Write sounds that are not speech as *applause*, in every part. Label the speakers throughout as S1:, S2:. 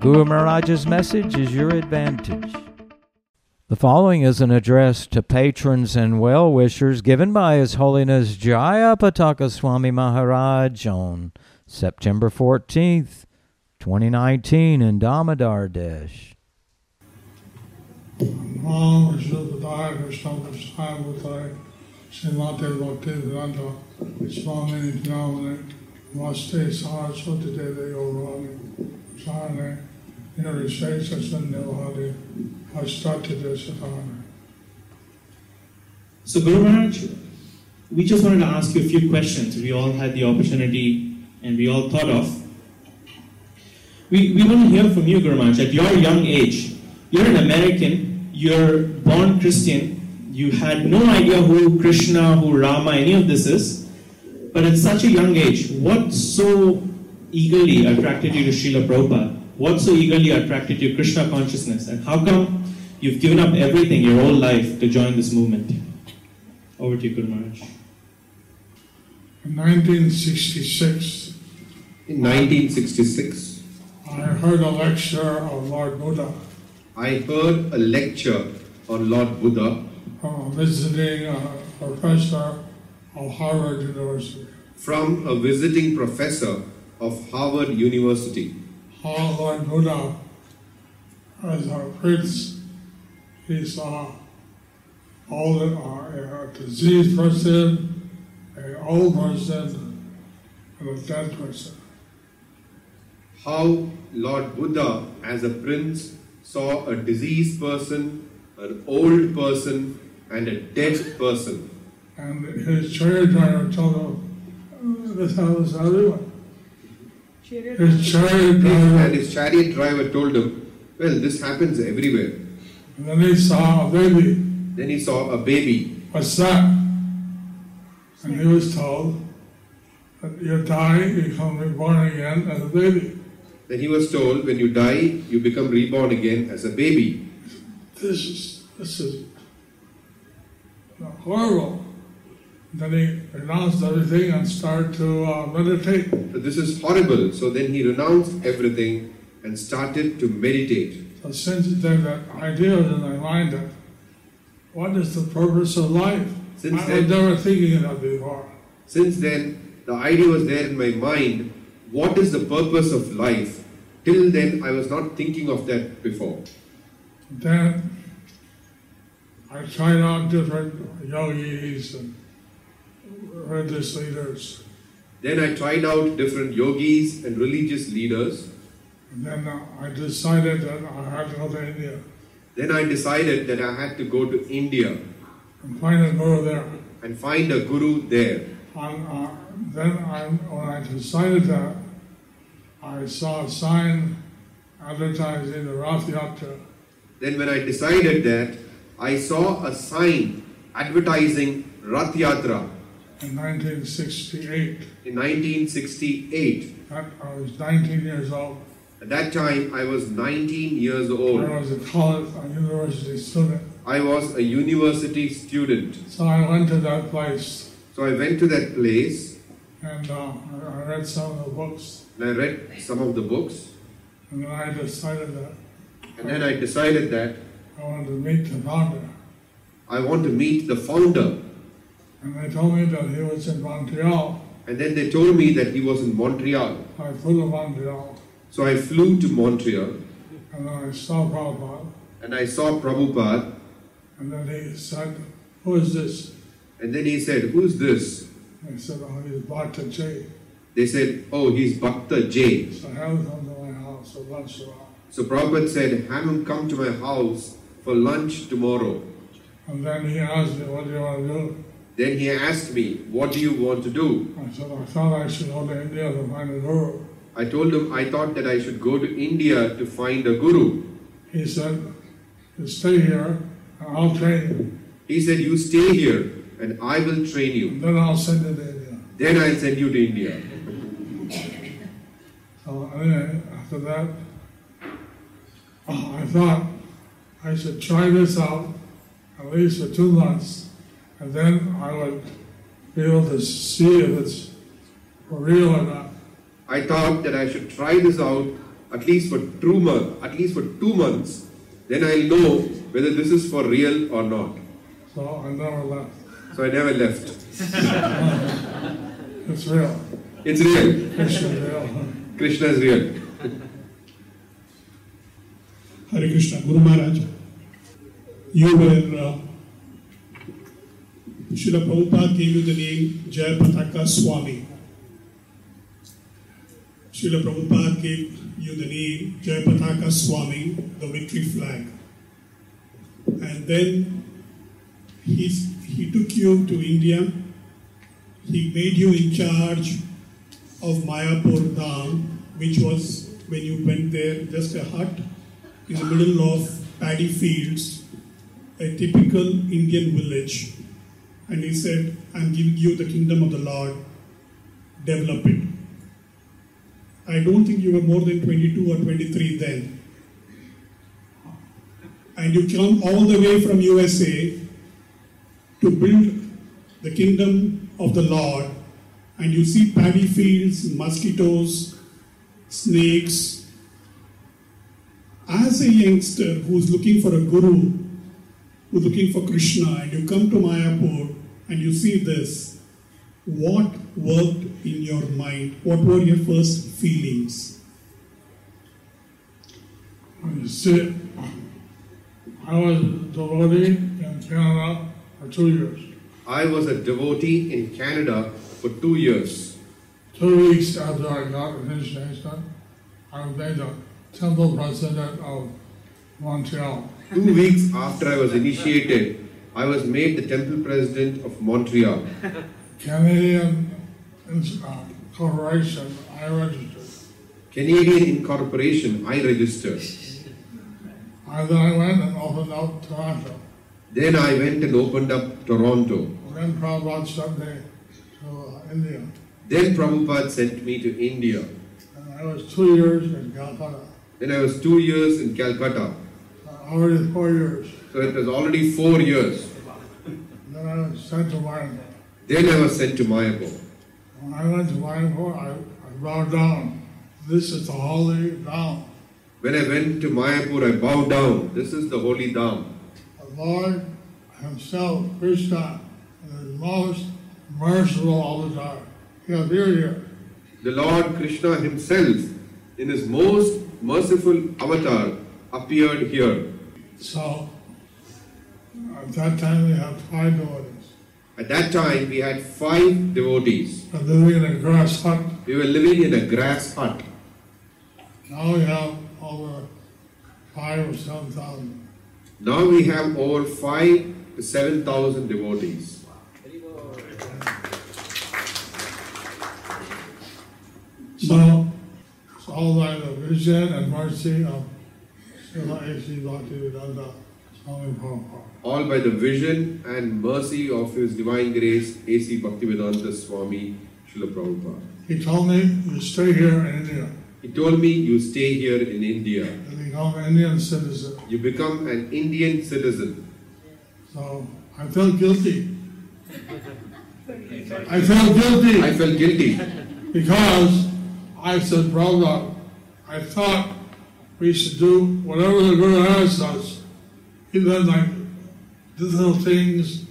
S1: Guru Maharaj's message is your advantage. The following is an address to patrons and well wishers given by His Holiness Jaya Pataka Swami Maharaj on September 14th, 2019, in Damodar Desh.
S2: Om Vishnupadaya Vishnupadaya Bhutaya Srimate Bhakti Vedanta Swami Nityanamane Namaste Saraswati Deve Yorvani Sarane Niri Sesa Sanyavadi Hastati Desatane
S3: So Guru Maharaj, we just wanted to ask you a few questions we all had the opportunity and we all thought of. We, we want to hear from you, Guru Maharaj, at your young age. You're an American, you're born Christian, you had no idea who Krishna, who Rama, any of this is. But at such a young age, what so eagerly attracted you to Srila Prabhupada? What so eagerly attracted you to Krishna consciousness? And how come you've given up everything, your whole life, to join this movement? Over to you, Guru Maharaj.
S2: In 1966,
S4: In 1966,
S2: I heard a lecture of Lord Buddha
S4: I heard a lecture on Lord Buddha
S2: from a visiting uh, professor of Harvard University,
S4: from a visiting professor of Harvard University.
S2: how Lord Buddha as a prince, he saw all the, uh, a diseased person, an old person, and a dead person.
S4: How Lord Buddha, as a prince, saw a diseased person, an old person, and a dead person.
S2: And his children told him, "Oh, this happens to everyone. His
S4: And
S2: children,
S4: his chariot driver told him, Well, this happens everywhere.
S2: and then he saw a baby,
S4: Then he saw a baby
S2: what's that? And he was told, that you're dying, you come reborn again as a baby.
S4: Then he was told, When you die, you become reborn again as a baby.
S2: this is this is horrible. Then he renounced everything and started to uh, meditate.
S4: So this is horrible. So then he renounced everything and started to meditate.
S2: So since then, that idea was in my mind that what is the purpose of life?
S4: Since
S2: I was
S4: then-
S2: never thinking of that before.
S4: Since then, the idea was there in my mind what is the purpose of life? Till then, I was not thinking of that before.
S2: Then I tried out different yogis and religious leaders.
S4: Then I tried out different yogis and religious leaders.
S2: And then uh, I decided that I had to go to India
S4: Then I decided that I had to go to India
S2: and find a guru there.
S4: and find a guru there.
S2: And uh, then I, when I decided that, I saw a sign advertising the Rathiatra.
S4: Then, when I decided that, I saw a sign advertising Rath Yatra
S2: in 1968.
S4: in 1968.
S2: That, I was 19 years old.
S4: At that time, I was 19 years
S2: I
S4: old.
S2: was a college, a university student.
S4: I was a university student.
S2: So I went to that place
S4: So I went to that place
S2: and uh, I- I read some of the books.
S4: and I read some of the books
S2: And then I decided that
S4: and then I decided that
S2: I wanted to meet the founder.
S4: I want to meet the founder.
S2: And they told me that he was in Montreal.
S4: And then they told me that he was in Montreal.
S2: I flew to Montreal.
S4: So I flew to Montreal
S2: And then I saw Prabhupada.
S4: and I saw Prabhupada
S2: And then he said, Who is this?
S4: and then he said, Who's this?
S2: I said, oh, he's Bhakta J.
S4: They said, Oh, he's Bhakta J.
S2: So I had him come to my house for lunch tomorrow.
S4: So Prabhupada said, Have him come to my house for lunch tomorrow.
S2: And then he asked me, what do you want to do?
S4: Then he asked me, What do you want to do?
S2: I said, I thought I should go to India to find a guru.
S4: I told him I thought that I should go to India to find a guru.
S2: He said, "You stay here and I'll train you.
S4: He said, You stay here and I will train you.
S2: And then I'll send you to India.
S4: Then I'll send you to India.
S2: So anyway, Oh, after that, oh, I thought I should try this out at least for two months, and then I would be able to see if it's for real or not.
S4: I thought that I should try this out at least for two months, at least for two months. Then I'll know whether this is for real or not.
S2: So I never left.
S4: So I never left.
S2: It's real.
S4: It's real.
S2: It's real.
S4: Krishna is real.
S5: Hare Krishna, Guru Maharaj. You were, uh, Srila Prabhupada gave you the name Jai Pataka Swami. Srila Prabhupada gave you the name Jai Pataka Swami, the victory flag. And then he, he took you to India. He made you in charge of Mayapur Dham, which was when you went there, just a hut in the middle of paddy fields, a typical Indian village. And he said, I'm giving you the kingdom of the Lord, develop it. I don't think you were more than 22 or 23 then. And you come all the way from USA to build the kingdom of the Lord, and you see paddy fields, mosquitoes, snakes, as a youngster who's looking for a guru, who's looking for Krishna, and you come to Mayapur and you see this, what worked in your mind? What were your first feelings?
S2: When you see, I was devotee in Canada for two years.
S4: I was a devotee in Canada for two years.
S2: Two weeks after I got initiation, I was made the temple president of Montreal.
S4: Two weeks after I was initiated, I was made the temple president of Montreal.
S2: Canadian uh, corporation I registered.
S4: Canadian Incorporation, I registered.
S2: I then I went and opened up Toronto.
S4: Then I went and opened up Toronto.
S2: Then Prabhupada sent me to uh, India.
S4: Then Prabhupada sent me to India.
S2: And I was two years in Calcutta.
S4: Then I was two years in Calcutta.
S2: Uh, already four years.
S4: So it was already four years.
S2: Then I was sent to Mayapur.
S4: Then I was sent to Mayapur.
S2: When I went to Mayapur, I, I bowed down. This is the holy ground.
S4: When I went to Mayapur, I bowed down. This is the holy Dham.
S2: The Lord Himself, Krishna, is the most merciful avatar. He appeared here.
S4: The Lord Krishna himself, in his most merciful avatar, appeared here.
S2: So, at that time, we had five devotees.
S4: At that time, we had five devotees.
S2: We're living in a grass hut.
S4: We were living in a grass hut.
S2: Now we have over five or seven thousand.
S4: Now we have over five to seven thousand devotees.
S2: So, it's all by the vision and mercy of Srila A.C. Bhaktivedanta Swami Prabhupada.
S4: all by the vision and mercy of His Divine Grace, A.C. Bhaktivedanta Swami Srila Prabhupada.
S2: He told me, you stay here in India.
S4: He told me, You stay here in India.
S2: and become an Indian citizen.
S4: You become an Indian citizen.
S2: So I felt guilty. I felt guilty
S4: I felt guilty
S2: because I said, brother, I thought we should do whatever the Guru asked us. He then like little things,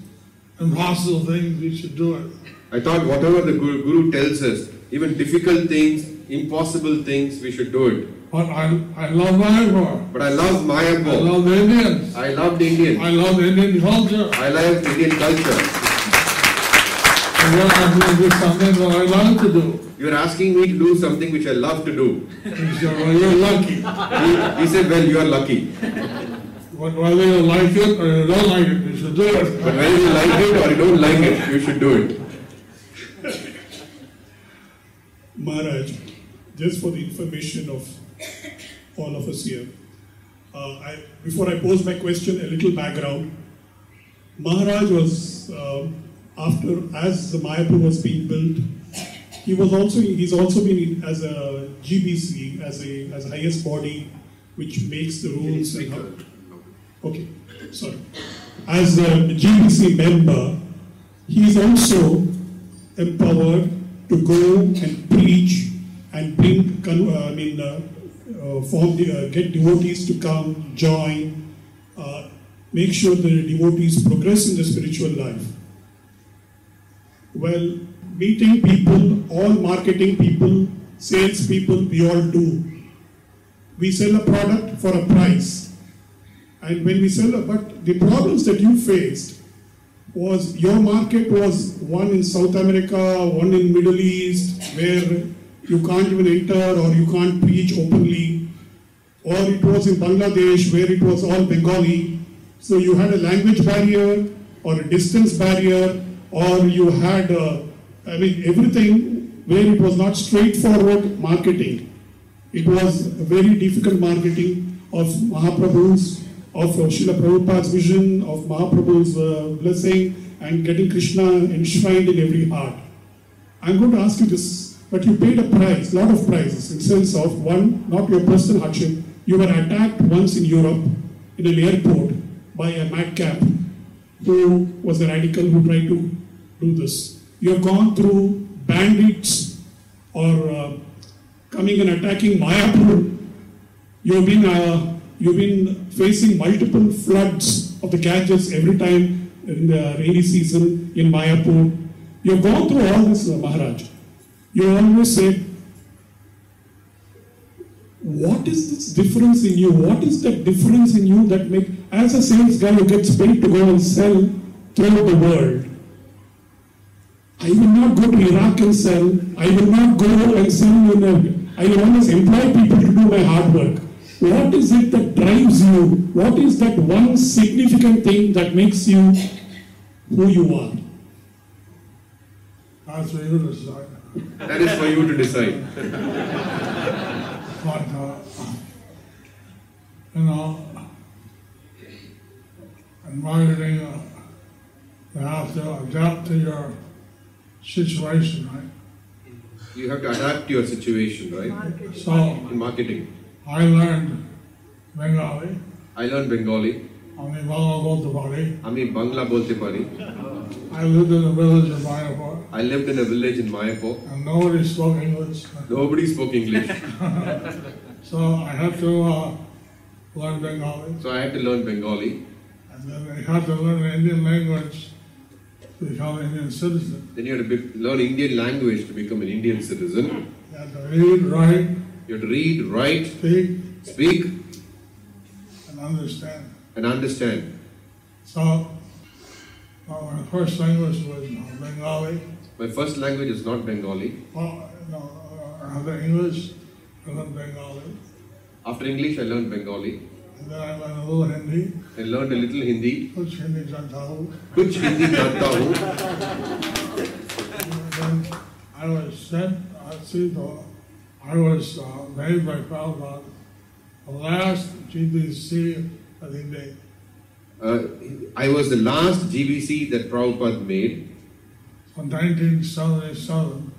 S2: impossible things, we should do it.
S4: I thought, whatever the Guru, Guru tells us, even difficult things, impossible things, we should do it.
S2: But I, I love Mayapur.
S4: But I love
S2: I
S4: Mayapur.
S2: love Indians.
S4: I loved Indian.
S2: I love Indian culture.
S4: I love Indian culture.
S2: And then I'm going to do something that I love to do.
S4: You're asking me to do something which I love to do.
S2: He said, well, you're lucky.
S4: He, he said, Well, you are lucky.
S2: Whether you like it or you don't like it, you should do it.
S4: But whether you like it or you don't like it, you should do it.
S5: Maharaj, just for the information of all of us here. Uh, I, before I pose my question, a little background. Maharaj was, uh, after, as the Mayapur was being built, he was also, he's also been in, as a GBC, as a, as a highest body, which makes the rules and how, Okay, sorry. As a GBC member, he is also empowered to go and preach and bring, con- uh, I mean, uh, uh, form the, uh, get devotees to come, join, uh, make sure the devotees progress in the spiritual life. Well, meeting people, all marketing people, sales people, we all do. We sell a product for a price. And when we sell, but the problems that you faced was your market was one in South America, one in Middle East, where you can't even enter or you can't preach openly, or it was in Bangladesh where it was all Bengali. So you had a language barrier or a distance barrier, or you had, uh, I mean, everything where it was not straightforward marketing. It was a very difficult marketing of Mahaprabhu's, of uh, Srila Prabhupada's vision, of Mahaprabhu's uh, blessing, and getting Krishna enshrined in every heart. I'm going to ask you this, but you paid a price, lot of prices, in sense of one, not your personal hardship. You were attacked once in Europe in an airport by a madcap who was a radical who tried to do this. You have gone through bandits or uh, coming and attacking Mayapur. You've been uh, you've been facing multiple floods of the Ganges every time in the rainy season in Mayapur. You've gone through all this, uh, Maharaj. You always said, "What is this difference in you? What is that difference in you that make?" As a sales guy who gets paid to go and sell throughout the world, I will not go to Iraq and sell. I will not go and sell in a, I will always employ people to do my hard work. What is it that drives you? What is that one significant thing that makes you who you are?
S2: That's for you to decide.
S4: That is for you to decide.
S2: But, uh, you know, in marketing, uh, you have to adapt to your situation, right?
S4: You have to adapt to your situation, right?
S2: So
S4: In marketing.
S2: I learned Bengali.
S4: I learned Bengali.
S2: আমি বাংলা বলতে পারি
S4: আমি Bangla bolte pari.
S2: I lived in a village in Mayapur
S4: I lived in a village in Mayapur.
S2: and nobody spoke English.
S4: Nobody spoke English,
S2: So I had to uh, learn Bengali
S4: so I had to learn Bengali.
S2: and then I had to learn the Indian language to become an Indian citizen.
S4: Then you had to be- learn Indian language to become an Indian citizen.
S2: You had to read, write,
S4: You had to read, write,
S2: speak,
S4: speak,
S2: and understand.
S4: and understand.
S2: So uh, my first language was uh, Bengali.
S4: My first language is not Bengali.
S2: Well, you know, uh, I learned English, I learned Bengali,
S4: After English, I learned Bengali.
S2: and then I learned a little Hindi,
S4: I learned a little Hindi.
S2: which Hindi Janta hu.
S4: Kuch Hindi janta hu.
S2: And then I was sent, I see the, I was uh, made by Prabhupada, the last GBC, I think they,
S4: Uh, I was the last GBC that Prabhupada made.
S2: from 1977,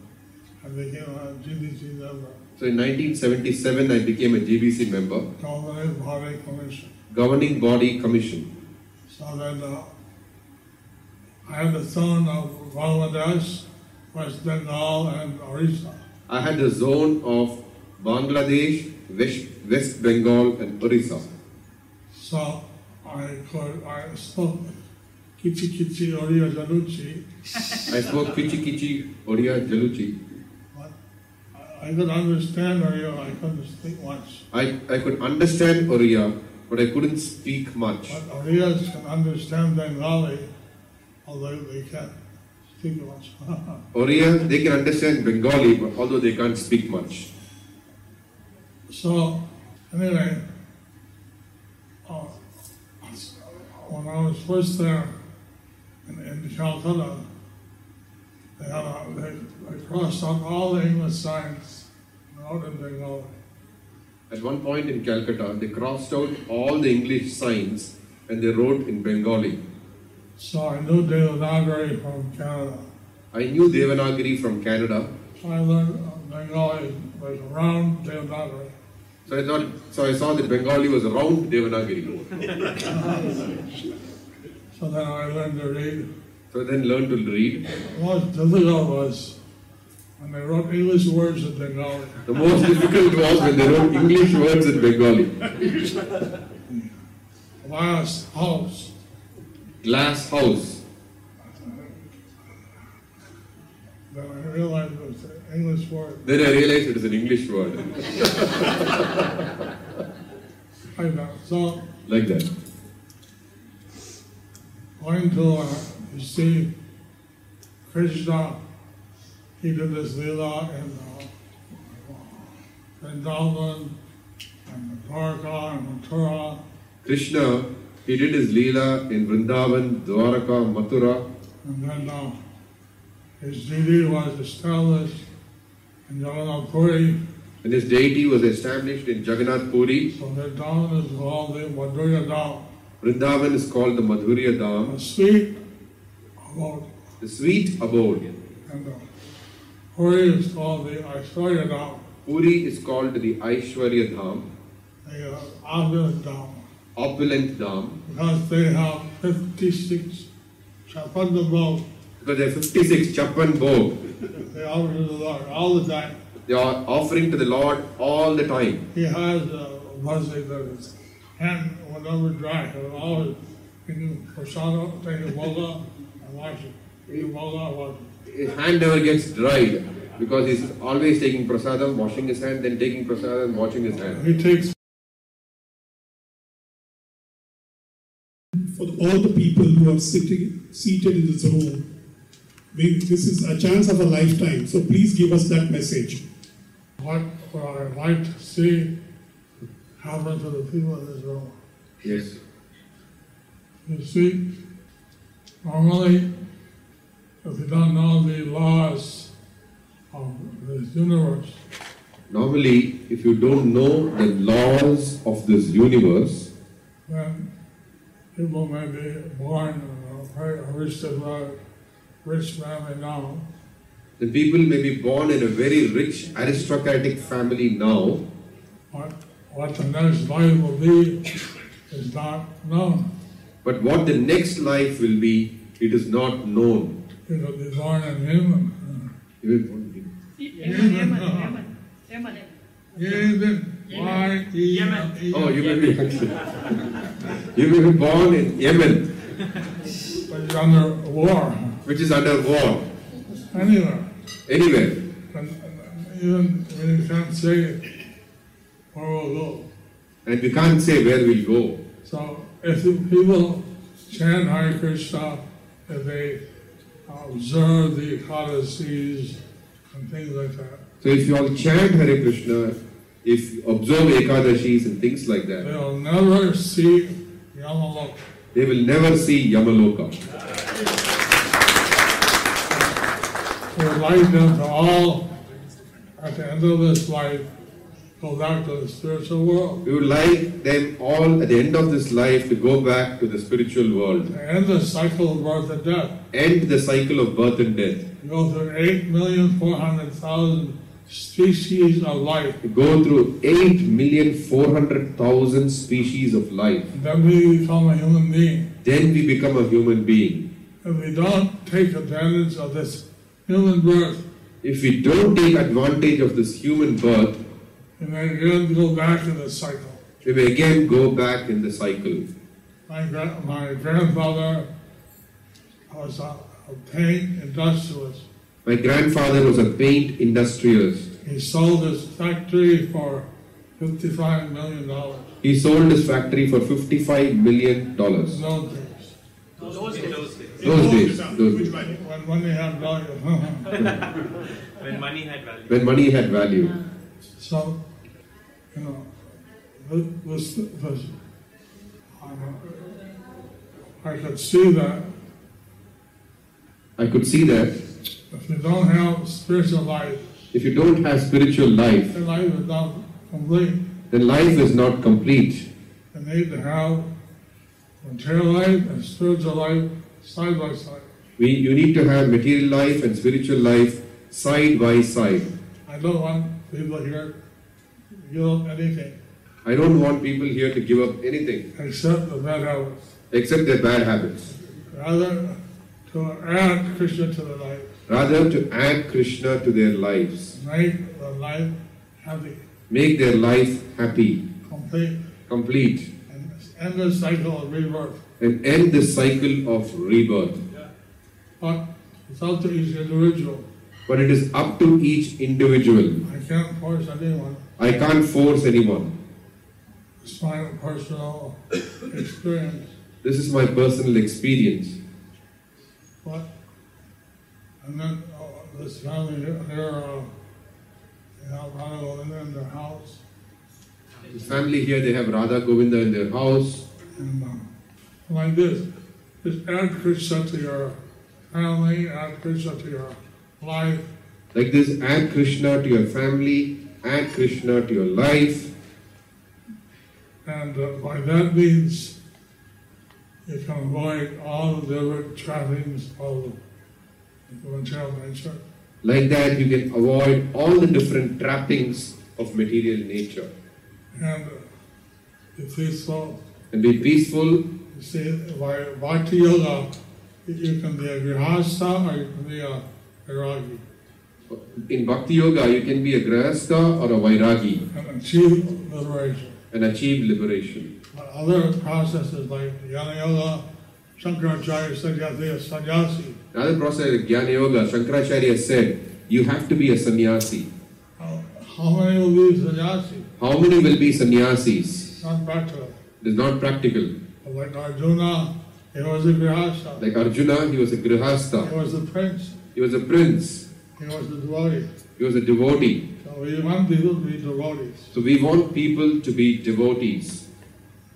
S2: I became a GBC member,
S4: So in 1977, I became a GBC member,
S2: Governing Body Commission.
S4: Governing Body Commission.
S2: So then uh, I had the son of Bangladesh, West Bengal, and Orissa.
S4: I had the zone of Bangladesh, West, West Bengal, and Orissa.
S2: So I could, I spoke Kichi Kichi Oriya Jaluchi,
S4: I spoke Kichi Kichi Odia Jaluchi.
S2: but I- I could understand Oriya, I couldn't speak much.
S4: I, I could understand Oriya, but I couldn't speak much.
S2: But Oriyas can understand Bengali, although they can't speak much. *laughs*
S4: Oriya, they can understand Bengali, but although they can't speak much.
S2: so anyway, uh, when I was first there in, in Calcutta, they, had a, they, they crossed out all the English signs. They out in Bengal.
S4: At one point in Calcutta, they crossed out all the English signs and they wrote in Bengali.
S2: So I knew Devanagari from Canada.
S4: I knew Devanagari from Canada,
S2: So I learned uh, Bengali was around Devanagari.
S4: so I thought, so I saw that Bengali was around Devanagari.
S2: So then I learned to read.
S4: So I then learned to read.
S2: What difficult was when they wrote English words in Bengali.
S4: The most *laughs* difficult was when they wrote English words in Bengali.
S2: Last house.
S4: Glass house.
S2: Then I realized it was an English word.
S4: Then I realized it is an English word.
S2: I got so
S4: Like that.
S2: going to uh, you see Krishna. He did this lila in uh, Vrindavan and Dwarka and Mathura.
S4: Krishna, he did his Leela in Vrindavan, Dwaraka, Mathura,
S2: And then uh, his deity was established in Jagannath Puri.
S4: and his deity was established in Jagannath Puri.
S2: So the down is called the Madhurya Dham.
S4: Vrindavan is called the Madhurya
S2: The
S4: Dham,
S2: sweet abode.
S4: the sweet abode.
S2: And uh, the Puri is called the Aishwarya Dham,
S4: Puri is called the Aishwarya Dham,
S2: the uh, Abhya Dham.
S4: opulent Dham,
S2: Because they have 56 Chapanda boats.
S4: because there are 56 Chapan Bhog.
S2: They offer to the Lord all the time.
S4: They are offering to the Lord all the time.
S2: He has uh, a mercy that his hand will never dry. He will always he can prasada, take a bola, and wash it. Take a bola, wash it.
S4: His hand never gets dried because he's always taking prasadam, washing his hand, then taking prasadam, washing his hand.
S2: He takes
S5: for all the people who are sitting seated in this room. we- This is a chance of a lifetime, so please give us that message.
S2: what what I like to see happen to the people in this room.
S4: Yes.
S2: You see, normally, if you don't know the laws of this universe,
S4: Normally, if you don't know the laws of this universe,
S2: then people may be born in a very aristocratic, rich family now,
S4: the people may be born in a very rich aristocratic family now,
S2: but what the next life will be is not known.
S4: but what the next life will be, it is not known.
S2: It will be born in Yemen.
S4: It will-
S6: Yemen, Yemen, Yemen, Yemen.
S2: Yemen, Y E M E.
S4: Oh, you may be you may be *laughs* born in Yemen,
S2: But it's under war
S4: which is under war.
S2: anywhere.
S4: Anywhere,
S2: And and even when you can't say where we'll go.
S4: and we can't say where we'll go.
S2: So if the people chant Hare Krishna, if they observe the codices and things like that,
S4: So if you all chant Hare Krishna, if you observe Ekadashis and things like that,
S2: they'll never see Yamaloka.
S4: they will never see Yamaloka.
S2: We would like them to all, at the end of this life, go back to the spiritual world.
S4: We would like them all at the end of this life to go back to the spiritual world,
S2: To end the cycle of birth and death,
S4: end the cycle of birth and death,
S2: go through 8,400,000 species of life.
S4: go through 8,400,000 species of life.
S2: And then we become a human being.
S4: Then we become a human being.
S2: If we don't take advantage of this human birth,
S4: If we don't take advantage of this human birth,
S2: we may again go back in the cycle.
S4: we may again go back in the cycle.
S2: My, gra- my grandfather was a, a paint industrialist.
S4: My grandfather was a paint industrialist.
S2: He sold his factory for $55 million in
S4: He sold his factory for 55 million dollars.
S2: those days.
S4: Those days, those days,
S2: When money had value. *laughs*
S7: When money had value.
S4: when money had value.
S2: so, you know, th- this, this, I, don't- I could see that
S4: I could see that
S2: if you don't have spiritual life,
S4: If you don't have spiritual life,
S2: The life is not complete.
S4: then life is not complete.
S2: They need to have material life and spiritual life side by side.
S4: We, you need to have material life and spiritual life side by side.
S2: I don't want people here to give up anything
S4: I don't want people here to give up anything
S2: except the bad habits.
S4: except their bad habits.
S2: Rather, to add Krishna to the life,
S4: Rather, to add Krishna to their lives,
S2: make the life happy,
S4: make their life happy,
S2: complete,
S4: complete,
S2: and end the cycle of rebirth.
S4: and end this cycle of rebirth.
S2: But it's up to each individual.
S4: But it is up to each individual.
S2: I can't force anyone.
S4: I can't force anyone.
S2: It's my personal *coughs* experience.
S4: This is my personal experience.
S2: But and then uh, this family here, uh, they have Radha Govinda in their house,
S4: The family here, they have Radha Govinda in their house.
S2: and uh, like this, just add Krishna to your family, add Krishna to your life,
S4: Like this, add Krishna to your family, add Krishna to your life.
S2: and uh, by that means, you can avoid all the different trappings of the material nature.
S4: Like that, you can avoid all the different trappings of material nature
S2: And uh, if we so,
S4: and be peaceful.
S2: You see, by Bhakti Yoga, you can be a Grihastha or you can be a Vairagi.
S4: In Bhakti Yoga, you can be a Grahastha or a Vairagi
S2: And achieve liberation.
S4: and achieve liberation.
S2: But other processes like Jnana Yoga, Shankaracharya said you have to be a sannyasi.
S4: Another process of Jnana Yoga, Shankaracharya said, you have to be a sannyasi.
S2: How, how many will be sannyasi?
S4: How many will be sannyasis?
S2: It's not practical.
S4: It is not practical.
S2: But like Arjuna, he was a Grihastha.
S4: Like Arjuna, he was a
S2: he
S4: Grihastha,
S2: was the prince.
S4: he was a prince,
S2: He was the devotee.
S4: he was a devotee.
S2: So we want people to be devotees.
S4: So we want people to be devotees.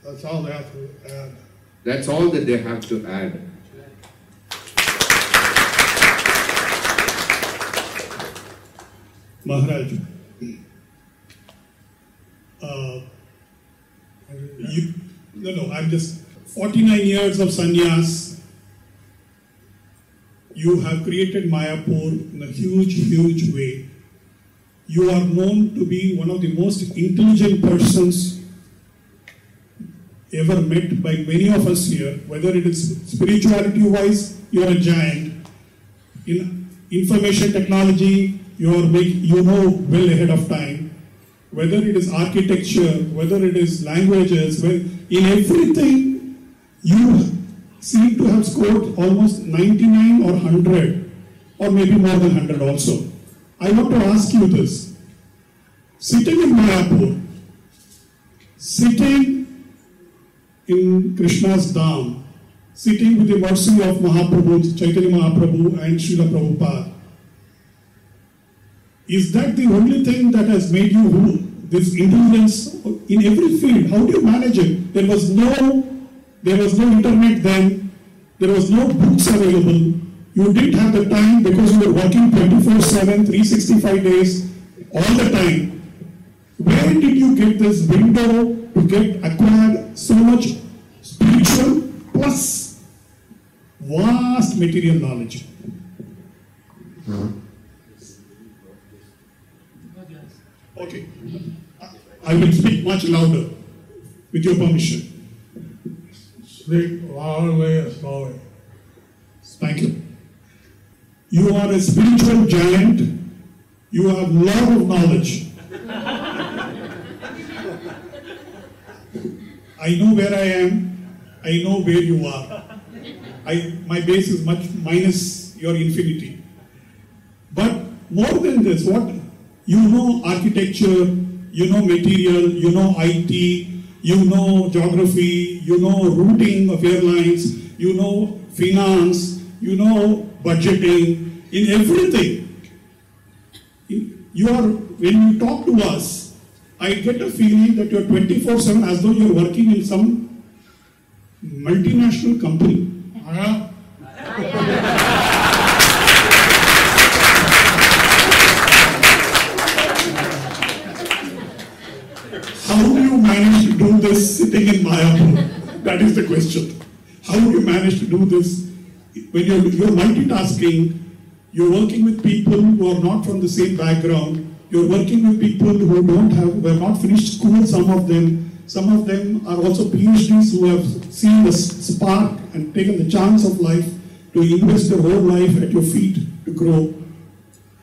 S2: That's all they have to add.
S4: That's all that they have to add.
S5: Maharaj, uh, you, no, no, I'm just 49 years of sannyas. You have created Mayapur in a huge, huge way. You are known to be one of the most intelligent persons ever met by many of us here. Whether it is spirituality wise, you are a giant in information technology you are big, you know well ahead of time whether it is architecture whether it is languages well, in everything you seem to have scored almost 99 or 100 or maybe more than 100 also i want to ask you this sitting in mayapur sitting in krishna's dham sitting with the mercy of Mahaprabhu, Chaitanya Mahaprabhu and Srila Prabhupada. Is that the only thing that has made you who? This intelligence in every field, how do you manage it? There was no, there was no internet then, there was no books available. You didn't have the time because you were working 24 7, 365 days, all the time. Where did you get this window to get acquired so much spiritual plus vast material knowledge? Okay, I- I will speak much louder with your permission.
S2: Speak loudly and slowly.
S5: Thank you. You are a spiritual giant. You have lot of knowledge. I know where I am. I know where you are. I, my base is much minus your infinity. But more than this, what you know architecture, you know material, you know IT, you know geography, you know routing of airlines, you know finance, you know budgeting, in everything. In- You are when you talk to us, I get a feeling that you're 24/7 as though you're working in some multinational company.
S2: Maya,
S5: living in Mayapur? that is the question. How do you manage to do this when you're, you're multitasking? You're working with people who are not from the same background. You're working with people who don't have, who have not finished school. Some of them, some of them are also PhDs who have seen the s- spark and taken the chance of life to invest their whole life at your feet to grow.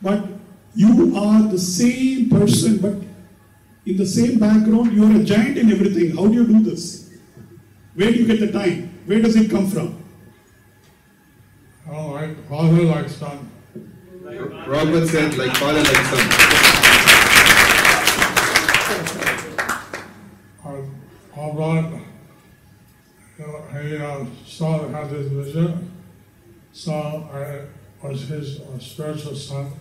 S5: But you are the same person, but in the same background, you are a giant in everything. How do you do this? Where do you get the time? Where does it come from?
S2: All right, father like son.
S4: Prabhupada said, like father, like son.
S2: Our, our Lord, you know, he uh, saw had this vision, saw I was his uh, spiritual son.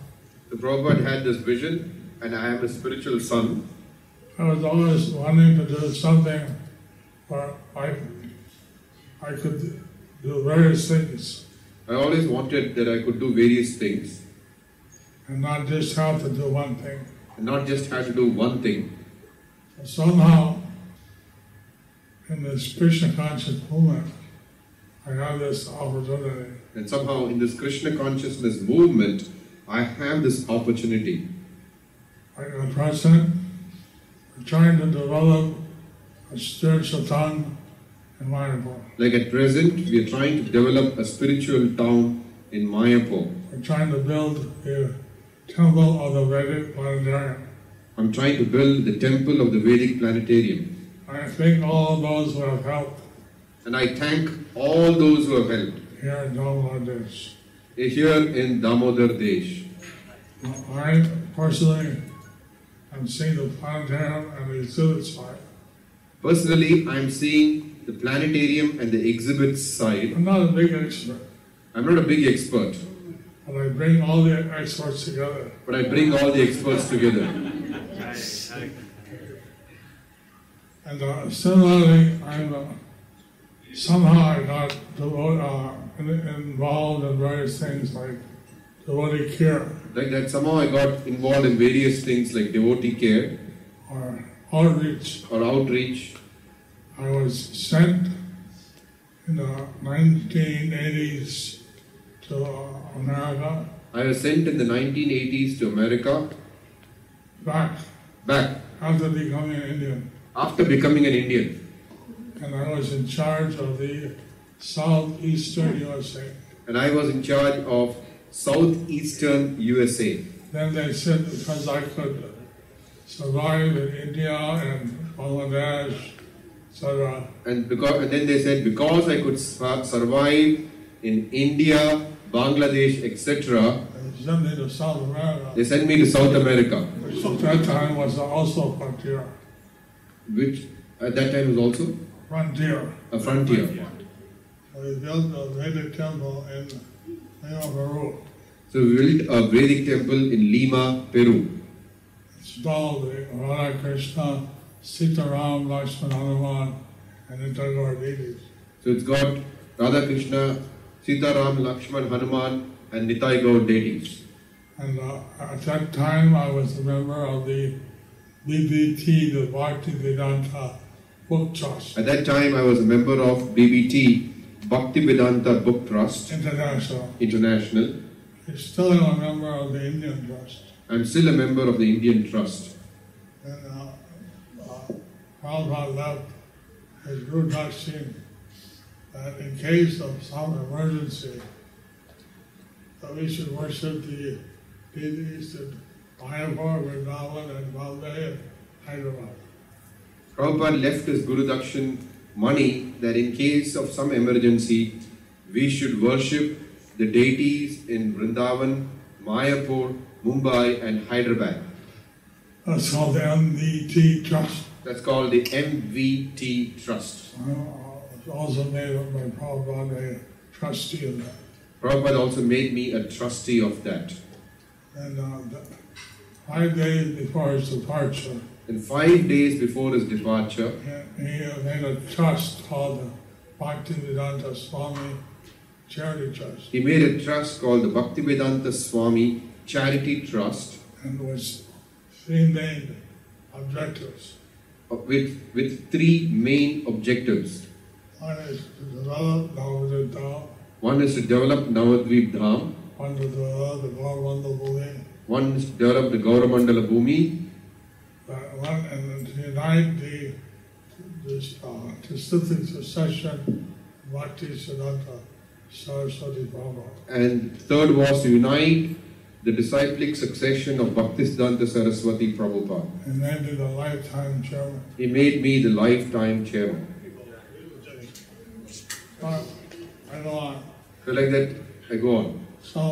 S4: The Prabhupada had this vision, and I am a spiritual son.
S2: I was always wanting to do something where I, I could do various things
S4: I always wanted that I could do various things
S2: and not just have to do one thing.
S4: and not just have to do one thing.
S2: And somehow, in this Krishna conscious movement, I had this opportunity.
S4: And somehow, in this Krishna consciousness movement, I have this opportunity.
S2: Like the present, I'm trying to develop a spiritual tongue in Mayapur.
S4: Like at present, we are trying to develop a spiritual town in Mayapur.
S2: I'm trying to build a temple of the Vedic planetarium.
S4: I'm trying to build the temple of the Vedic planetarium.
S2: I thank all those who have helped
S4: And I thank all those who have helped
S2: here in Bangladesh.
S4: here in Damodar Desh.
S2: I personally am seeing the planetarium and the exhibit site.
S4: Personally, I'm seeing the planetarium and the exhibits side.
S2: I'm not a big expert,
S4: I'm not a big expert,
S2: but I bring all the experts together.
S4: but I bring all the experts together.
S2: And uh, similarly, I'm uh, somehow I got devote, uh, in, involved in various things like devotee care
S4: Like that, somehow I got involved in various things like devotee care
S2: or outreach.
S4: or outreach.
S2: I was sent in the 1980s to uh, America
S4: I was sent in the 1980s to America
S2: back
S4: back
S2: after becoming an Indian,
S4: after becoming an Indian,
S2: and I was in charge of the southeastern USA.
S4: and I was in charge of southeastern USA.
S2: Then they said because I could survive in India and Bangladesh, etc.,
S4: And because and then they said because I could su- survive in India, Bangladesh, etc.
S2: and sent me to South America,
S4: They sent me to South America,
S2: which at that time was also a frontier.
S4: which at that time was also
S2: Frontier.
S4: a frontier.
S2: We built a Vedic temple in Lima, Peru.
S4: So we built a Vedic temple in Lima, Peru.
S2: It's called the Radha Krishna, Sitaram, Lakshman, Hanuman, and the Tagore deities.
S4: So it's got Radha Krishna, Sitaram, Lakshman, Hanuman, and Nitai Gaur deities.
S2: And uh, at that time, I was a member of the BBT, the Bhakti Vedanta Book Trust
S4: At that time, I was a member of BBT, Bhaktivedanta Book Trust
S2: International.
S4: International.
S2: I still am a member of the Indian Trust.
S4: I'm still a member of the Indian Trust.
S2: And uh, uh, Prabhupada left his Guru Dakshin that in case of some emergency, that we should worship the deities in Mayapur, Vrindavan, and Bombay and Hyderabad.
S4: Prabhupada left his Guru Dakshin money that in case of some emergency, we should worship the deities in Vrindavan, Mayapur, Mumbai, and Hyderabad.
S2: That's called the MDT Trust.
S4: That's called the MVT Trust.
S2: I was also made up by Prabhupada a trustee of that.
S4: Prabhupada also made me a trustee of that.
S2: And uh, the- five days before his departure,
S4: And five days before his departure,
S2: he he made a trust called the Bhaktivedanta Swami Charity Trust
S4: He made a trust called the Bhaktivedanta Swami Charity Trust,
S2: and was three main objectives.
S4: with, with three main objectives.
S2: One is to develop Dhamma Dham,
S4: One is to develop Navadvip Dham,
S2: one to develop the Gaurvandal Bhumi,
S4: one is to develop the Gauramandala Bhumi,
S2: that one and to unite the this uh, distinct succession Bhakti Siddhanta Saraswati Bhava.
S4: and third was to unite the disciplic succession of Bhaktisiddhanta Saraswati Prabhupada.
S2: And then did a lifetime chairman.
S4: He made me the lifetime chairman.
S2: But I know I,
S4: So like that, I go on.
S2: so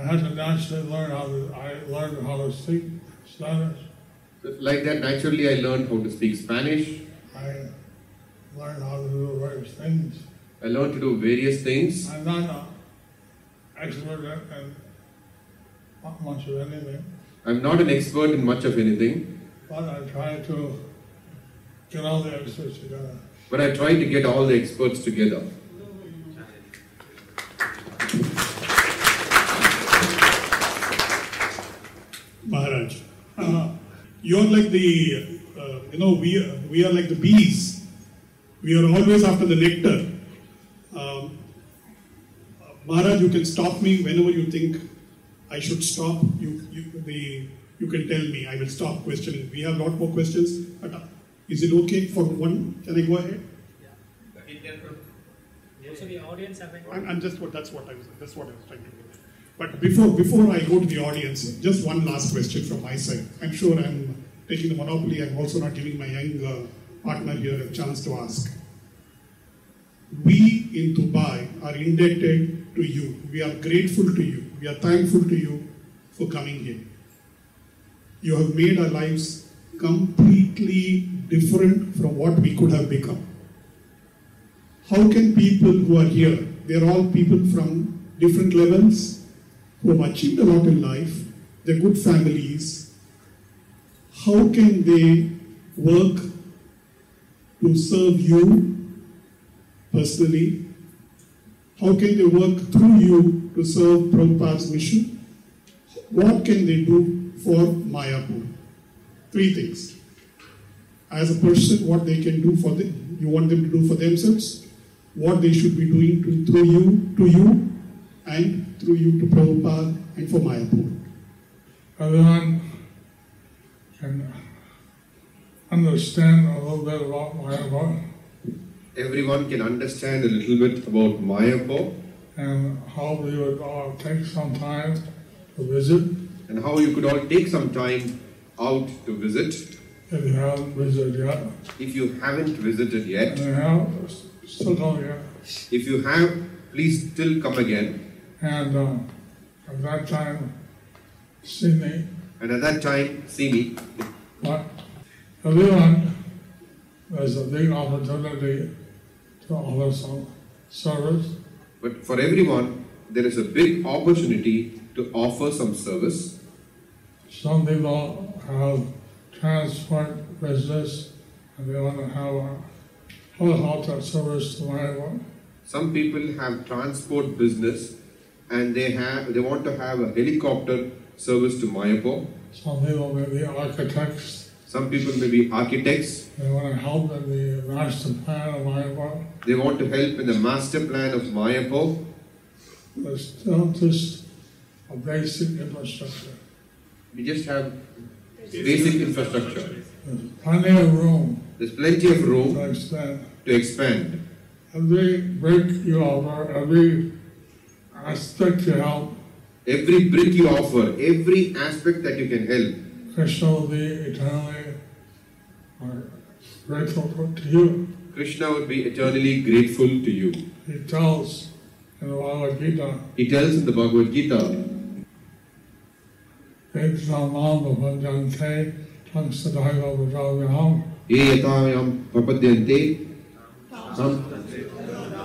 S2: I had to naturally learn how to I learned how to speak Spanish.
S4: So Like that, naturally, I learned how to speak Spanish.
S2: I learned how to do various things.
S4: I learned to do various things.
S2: I'm not an expert at at not much of anything,
S4: I'm not an expert in much of anything,
S2: but I try to get all the experts together.
S4: but I try to get all the experts together.
S5: Maharaj, uh, you're like the, uh, you know, we are, we are like the bees. We are always after the nectar. Um, uh, Maharaj, you can stop me whenever you think I should stop. You, you, the, you can tell me. I will stop questioning. We have a lot more questions, but uh, is it okay for one? Can I go ahead?
S7: It can-
S8: Also, the audience having.
S5: I'm, I'm just what that's what I was that's what I was trying to do. But before before I go to the audience, just one last question from my side. I'm sure I'm taking the monopoly. I'm also not giving my young uh, partner here a chance to ask. We in Dubai are indebted to you. We are grateful to you. We are thankful to you for coming here. You have made our lives completely different from what we could have become how can people who are here, they're all people from different levels, who have achieved a lot in life, they're good families, how can they work to serve you personally? How can they work through you to serve Prabhupada's mission? What can they do for Mayapur? Three things as a person what they can do for them you want them to do for themselves what they should be doing to, through you to you and through you to Prabhupada and for Mayapur
S2: Everyone can understand a little bit about my work
S4: Everyone can understand a little bit about Mayapur
S2: and how we would all take some time to visit
S4: and how you could all take some time out to visit
S2: if you haven't visited yet.
S4: if you haven't visited
S2: And
S4: yet.
S2: you have still don't yet.
S4: If you have, please still come again.
S2: And uh, at that time, Sydney,
S4: And at that time, see me.
S2: but everyone, there's a big opportunity to offer some service.
S4: But for everyone, there is a big opportunity to offer some service.
S2: Some people have transport business and they want to have a helicopter service to Iowa.
S4: Some people have transport business and they have they want to have a helicopter service to Mayapur.
S2: Some people may be architects.
S4: Some people may be architects.
S2: They want to help in the master plan of Iowa.
S4: They want to help in the master plan of Mayapur.
S2: There's still just a basic infrastructure.
S4: We just have basic infrastructure.
S2: There's plenty of room
S4: There's plenty of room
S2: to extend.
S4: to expand.
S2: Every break you offer, every aspect you help,
S4: Every brick you offer, every aspect that you can help,
S2: Krishna will be eternally uh, grateful for- to you.
S4: Krishna would be eternally grateful to you.
S2: He tells in the Bhagavad Gita,
S4: He tells in the Bhagavad Gita,
S2: Eksamam bhajante tam sadhaiva bhajaviham
S4: ये यथायां प्रपद्यन्ते तां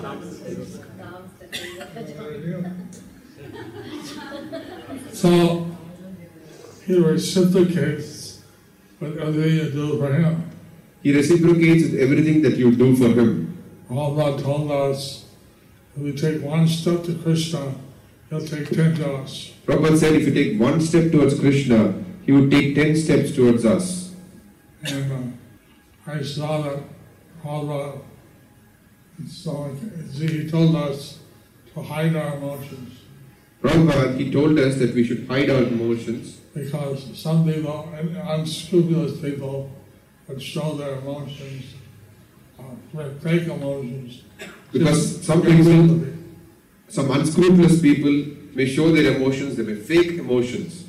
S2: So he reciprocates with everything you do for him.
S4: He reciprocates with everything that you do for him.
S2: Prabhupada told us, if we take one step to Krishna, he'll take ten to us.
S4: Prabhupada said if you take one step towards Krishna, he would take ten steps towards us.
S2: And uh, I saw that Prabhupada, so he told us to hide our emotions
S4: Prabhupada, he told us that we should hide our emotions
S2: because some people, and unscrupulous people, would show their emotions, uh, fake emotions.
S4: because
S2: just
S4: some
S2: to get
S4: people,
S2: sympathy.
S4: some unscrupulous people may show their emotions, they may fake emotions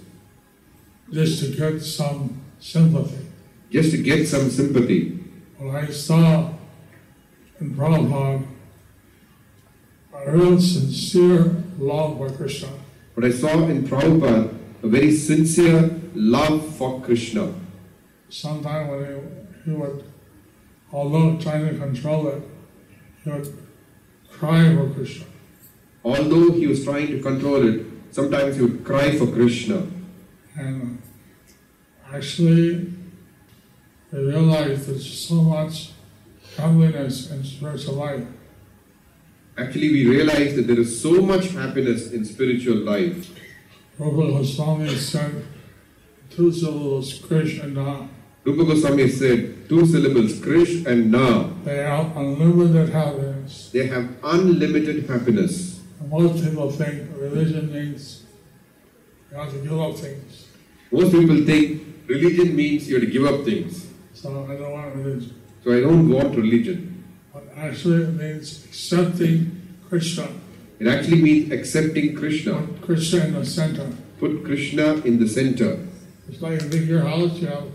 S2: just to get some sympathy.
S4: just to get some sympathy.
S2: Well, I saw in Prabhupada a real sincere love for Krishna.
S4: But I saw in Prabhupada a very sincere love for Krishna.
S2: Sometime when he, he would, although trying to control it, he would cry for Krishna.
S4: Although he was trying to control it, sometimes he would cry for Krishna.
S2: And actually, I realized there's so much godliness in spiritual life.
S4: Actually, we realize that there is so much happiness in spiritual life.
S2: Rupa Goswami said, two syllables, Krishna,
S4: Rupa Goswami said, two syllables, Krish and Na,
S2: they have unlimited happiness.
S4: they have unlimited happiness.
S2: Most people think religion means you have to give up things.
S4: Most people think religion means you have to give up things.
S2: So I don't want religion.
S4: So I don't want religion.
S2: But actually, it means accepting Krishna,
S4: It actually means accepting Krishna.
S2: put Krishna in the center.
S4: Put Krishna in the center.
S2: It's like you leave your house, you have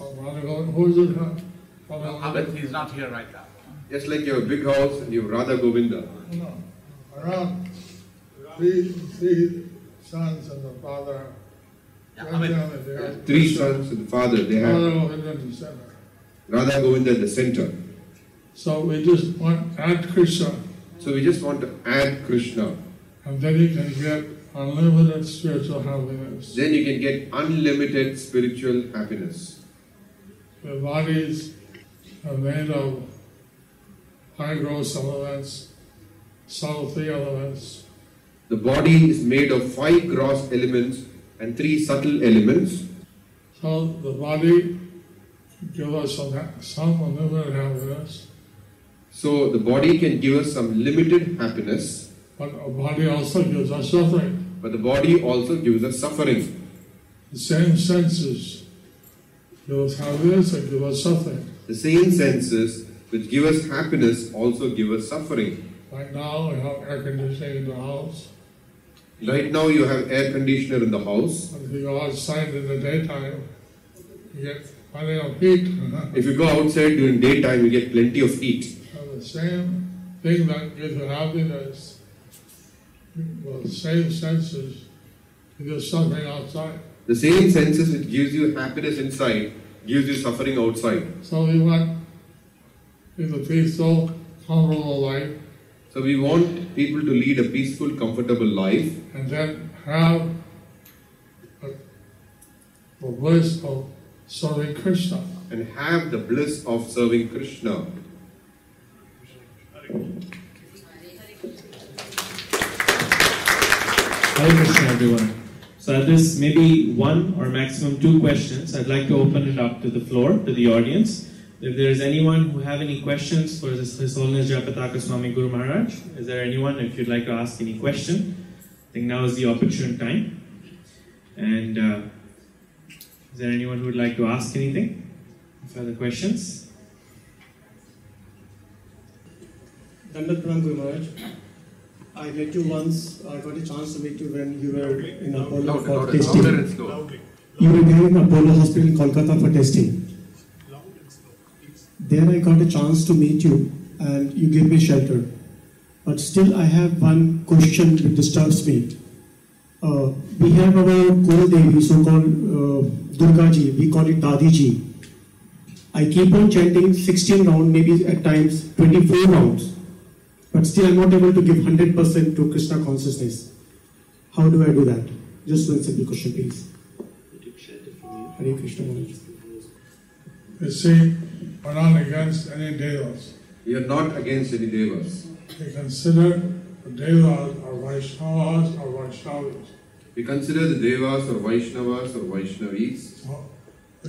S2: a lot of going, who is it? huh? Oh, no,
S7: Abed is not here right now.
S4: Just like you have a big house and you have Radha Govinda.
S2: no. Around three, three sons and the father.
S7: Yeah, Abed.
S4: Three sons and the father, they have
S2: Father will live in the center.
S4: Radha Govinda in the center.
S2: So we just want add Krishna,
S4: So we just want to add Krishna.
S2: and then you can get unlimited spiritual happiness.
S4: Then you can get unlimited spiritual happiness.
S2: The bodies are made of high gross elements, subtle free elements,
S4: The body is made of five gross elements and three subtle elements.
S2: so the body gives us some, some unlimited happiness,
S4: So the body can give us some limited happiness,
S2: but a body also gives us suffering.
S4: but the body also gives us suffering.
S2: The same senses give us happiness and give us suffering.
S4: The same senses which give us happiness also give us suffering.
S2: Like now, we have air conditioning in the house,
S4: Right now you have air conditioner in the house.
S2: but if you go outside in the daytime, you get plenty of heat. *laughs*
S4: If you go outside during daytime, you get plenty of heat.
S2: And the same thing that gives you happiness, the same senses, you get suffering outside.
S4: The same senses which gives you happiness inside gives you suffering outside.
S2: So we want people to feel so comfortable life
S4: So we want people to lead a peaceful, comfortable life
S2: and then have the the bliss of serving Krishna.
S4: and have the bliss of serving Krishna.
S3: Hare Krishna, everyone. So at this, maybe one or maximum two questions. I'd like to open it up to the floor, to the audience. If there is anyone who have any questions for His His Holiness Japataka Swami Guru Maharaj, is there anyone if you'd like to ask any question? I think now is the opportune time. And uh, is there anyone who would like to ask anything? Further questions?
S9: Dandat Pranam Guru Maharaj. I met you once, I got a chance to meet you when you were in Apollo for testing.
S4: and slower.
S5: Loudly,
S9: You were there in Apollo Hospital in Kolkata for testing.
S5: loud and slow, please.
S9: There I got a chance to meet you and you gave me shelter. But still I have one question that disturbs me. Uh, we have our Kul Devi, so-called uh, Durga Ji, we call it Dadi Ji. I keep on chanting 16 rounds, maybe at times 24 rounds. But still I'm not able to give 100% to Krishna consciousness. How do I do that? Just one simple question, please. Hare Krishna. Maharaj.
S2: You see, we're not against any devas.
S4: We are not against any devas.
S2: We consider the devas are Vaishnavas or Vaishnavis.
S4: We consider the devas or Vaishnavas or Vaishnavis.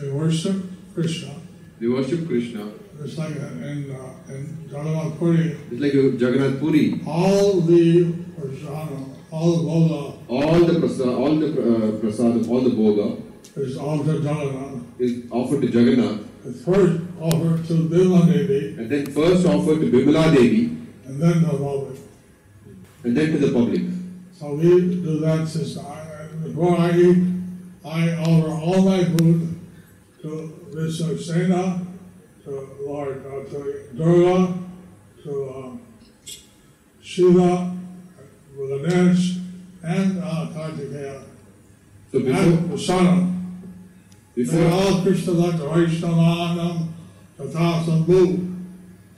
S2: We worship Krishna.
S4: They worship Krishna.
S2: It's like uh, in, uh, in Jagannath Puri,
S4: It's like a Jagannath Puri.
S2: all the prasada, all the bola
S4: All the prasad, all the uh, prasad, all the boga
S2: is offered to Jagannath.
S4: is offered to Jagannath,
S2: It's first offered to Bhima Devi
S4: and then first offered to Bimala Devi,
S2: and then to Robert.
S4: and then to the public.
S2: So we do that system. I, I- before I eat, I offer all my food to Vishwaksena, to Lord, uh, to Durga, to um, Shiva, Ganesh, and uh, Kartikeya,
S4: So
S2: and
S4: before,
S2: Prasanna. They're
S4: before,
S2: all Krishna Bhakta Vaishnavanam Tatha Sambhu.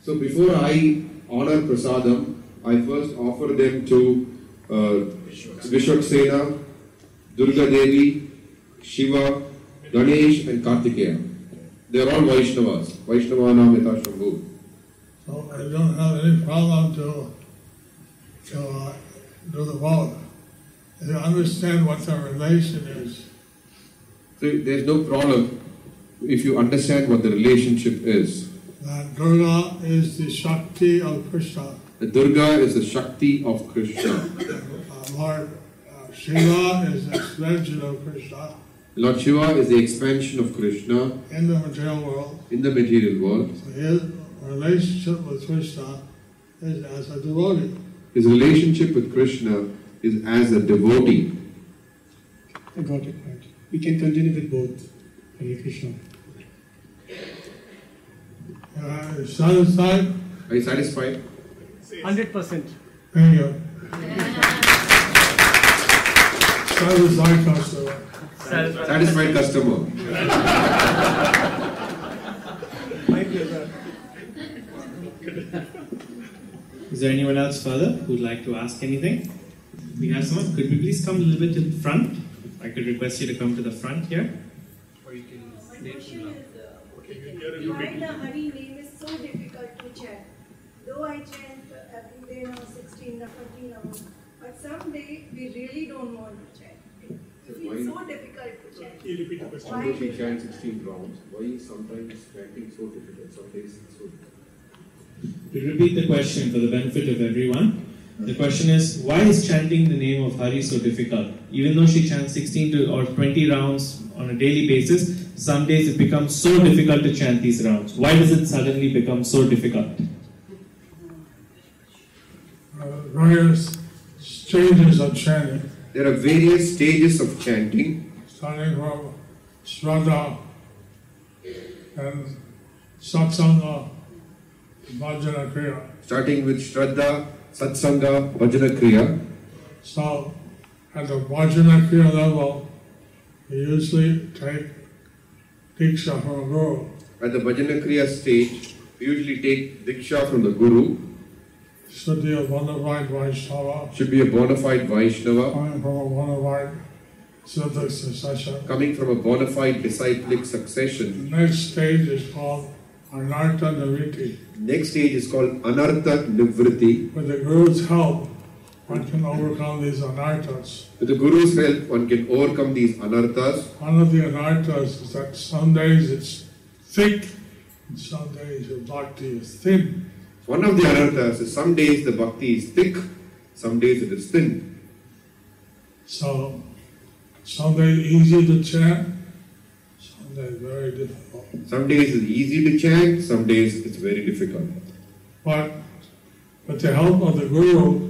S4: so before I honor prasadam, I first offer them to uh, Vishwaksena, Durga Devi, Shiva, Ganesh, and Kartikeya. They are all Vaishnavas. Vaishnava Nam Yata Shambhu.
S2: So I don't have any problem to, to uh, do the vote. If you understand what the relation is,
S4: So there's no problem if you understand what the relationship is.
S2: that Durga is the Shakti of Krishna.
S4: The Durga is the Shakti of Krishna.
S2: Uh, Lord uh, Shiva is the expansion of Krishna
S4: Lord Shiva is the expansion of Krishna
S2: in the material world.
S4: in the material world.
S2: So his relationship with Krishna is as a devotee.
S4: His relationship with Krishna is as a devotee.
S9: I got it right. We can continue with both. Hare Krishna.
S2: Uh, satisfied?
S4: Are you satisfied?
S10: 100%.
S2: Thank you. Satisfied customer.
S4: Satisfied customer.
S9: My pleasure.
S3: Is there anyone else further who'd like to ask anything? We have someone. Could we please come a little bit to the front? If I could request you to come to the front here.
S7: Or you can
S6: My
S7: stay
S6: question is, uh,
S7: repeat
S6: why the Hari name is so difficult to chant? Though I chant every day now 16 or 14 hours, but someday we really don't want to chant. It feels so difficult to chant.
S5: He repeated the question.
S4: Although she chants 16 rounds, why is sometimes chanting so difficult? Some days it's so difficult.
S3: To repeat the question for the benefit of everyone. The question is, why is chanting the name of Hari so difficult? Even though she chants 16 to, or 20 rounds on a daily basis, some days it becomes so difficult to chant these rounds. Why does it suddenly become so difficult?
S2: Uh, various changes of chanting,
S4: There are various stages of chanting,
S2: starting from Shraddha and Satsanga, Bhajana Kriya.
S4: starting with Shraddha, Satsanga, Bhajana Kriya.
S2: So, at the Bhajana Kriya level, you usually take Diksha from a guru.
S4: At the Bhajana Kriya stage, we usually take Diksha from the Guru,
S2: Should be a bona fide Vaishnava,
S4: should be a bona fide Vaishnava,
S2: coming from a bona fide Siddhic succession.
S4: coming from a bona fide disciplic
S2: The
S4: succession.
S2: next stage is called Anartha Nirviti.
S4: Next stage is called Anartha Nivritti.
S2: With the Guru's help, one can overcome these anarthas.
S4: With the Guru's help, one can overcome these anarthas.
S2: One of the anarthas is that some days it's thick, and some days your bhakti is thin.
S4: One of the anarthas is some days the bhakti is thick, some days it is thin.
S2: So, some days easy to chant, some days very difficult.
S4: Some days it's easy to chant, some days it's very difficult.
S2: But with the help of the Guru,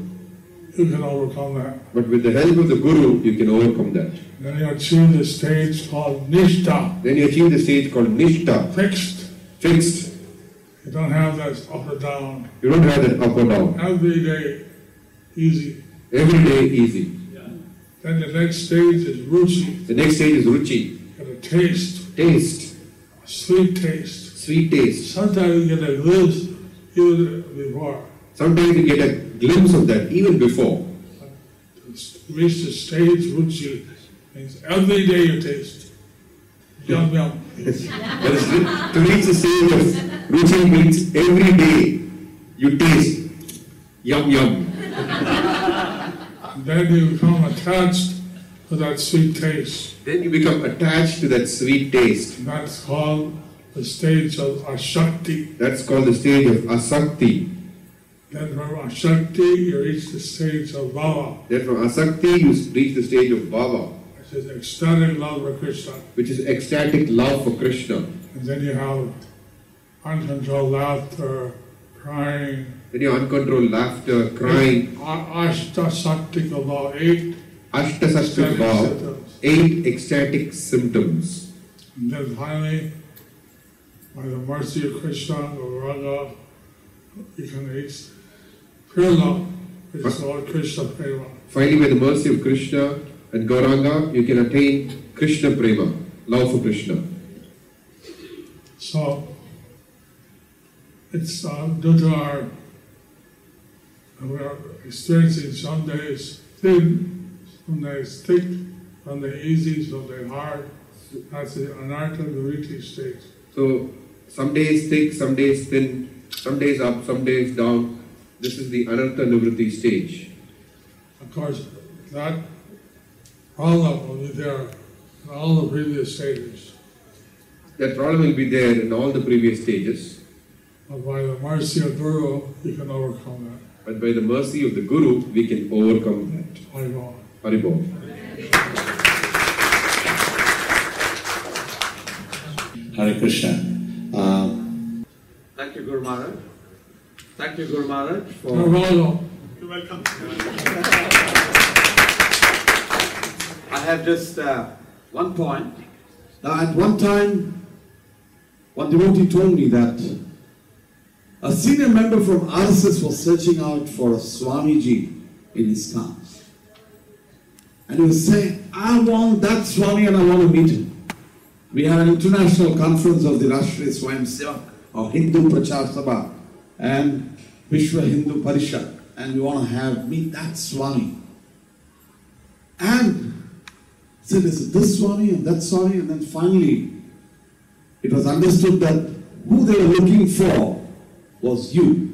S2: you can overcome that.
S4: But with the help of the Guru, you can overcome that.
S2: Then you achieve the stage called Nishta,
S4: Then you achieve the stage called Nishta,
S2: fixed.
S4: fixed.
S2: You don't have that up or down.
S4: You don't have that up or down.
S2: Every day, easy.
S4: Every day easy.
S2: Then the next stage is Ruchi,
S4: The next stage is Ruchi,
S2: get a taste.
S4: taste,
S2: sweet taste.
S4: sweet taste.
S2: Sometimes you get a glimpse even before
S4: Sometimes you get a glimpse of that even before.
S2: to reach the stage which you means every day you taste. Yum yum.
S4: That is, to reach the stage of Ruchi means every day you taste yum yum.
S2: Then you become attached to that sweet taste.
S4: Then you become attached to that sweet taste.
S2: And that's called the stage of Ashakti.
S4: That's called the stage of asakti.
S2: Then from Ashakti, you reach the stage of Bhava,
S4: Then from asakti you reach the stage of bhava,
S2: which is ecstatic love for Krishna.
S4: which is ecstatic love for Krishna.
S2: And then you have uncontrolled laughter, crying,
S4: Then you uncontrolled laughter, crying,
S2: A- Ashtasakti Bhava, eight
S4: ashtasastra
S2: ecstatic
S4: bhava,
S2: symptoms.
S4: eight ecstatic symptoms.
S2: And then finally, by the mercy of Krishna, the Raga, you can reach pure love, which is Lord Krishna Prema.
S4: Finally, by the mercy of Krishna and Gauranga, you can attain Krishna Prema, love for Krishna.
S2: So it's uh, due to our we are experiencing some days thin, some days thick, some days easy, some days hard. That's the anartha guriti state.
S4: So some days thick, some days thin, some days up, some days down. This is the Anartha Nivritti stage.
S2: Of course, that problem will be there in all the previous stages.
S4: That problem will be there in all the previous stages,
S2: But by the mercy of Guru, you can overcome
S4: but by the mercy of the Guru, we can overcome that.
S2: that. By God.
S4: Haribol.
S3: Hare Krishna. Uh,
S11: Thank you, Guru Maharaj. Thank you, Guru Maharaj, for.
S2: Haribo.
S11: You're welcome. I have just uh, one point.
S3: now, at Uh, one time, one devotee told me that a senior member from RSS was searching out for a Swamiji in his town. And he was saying, I want that Swami and I want to meet him. We had an international conference of the Rashtriya Swayam Seva or Hindu Prachar Sabha and Vishwa Hindu Parishad and we want to have meet that Swami. And so there's this Swami and that Swami and then finally it was understood that who they were looking for was you.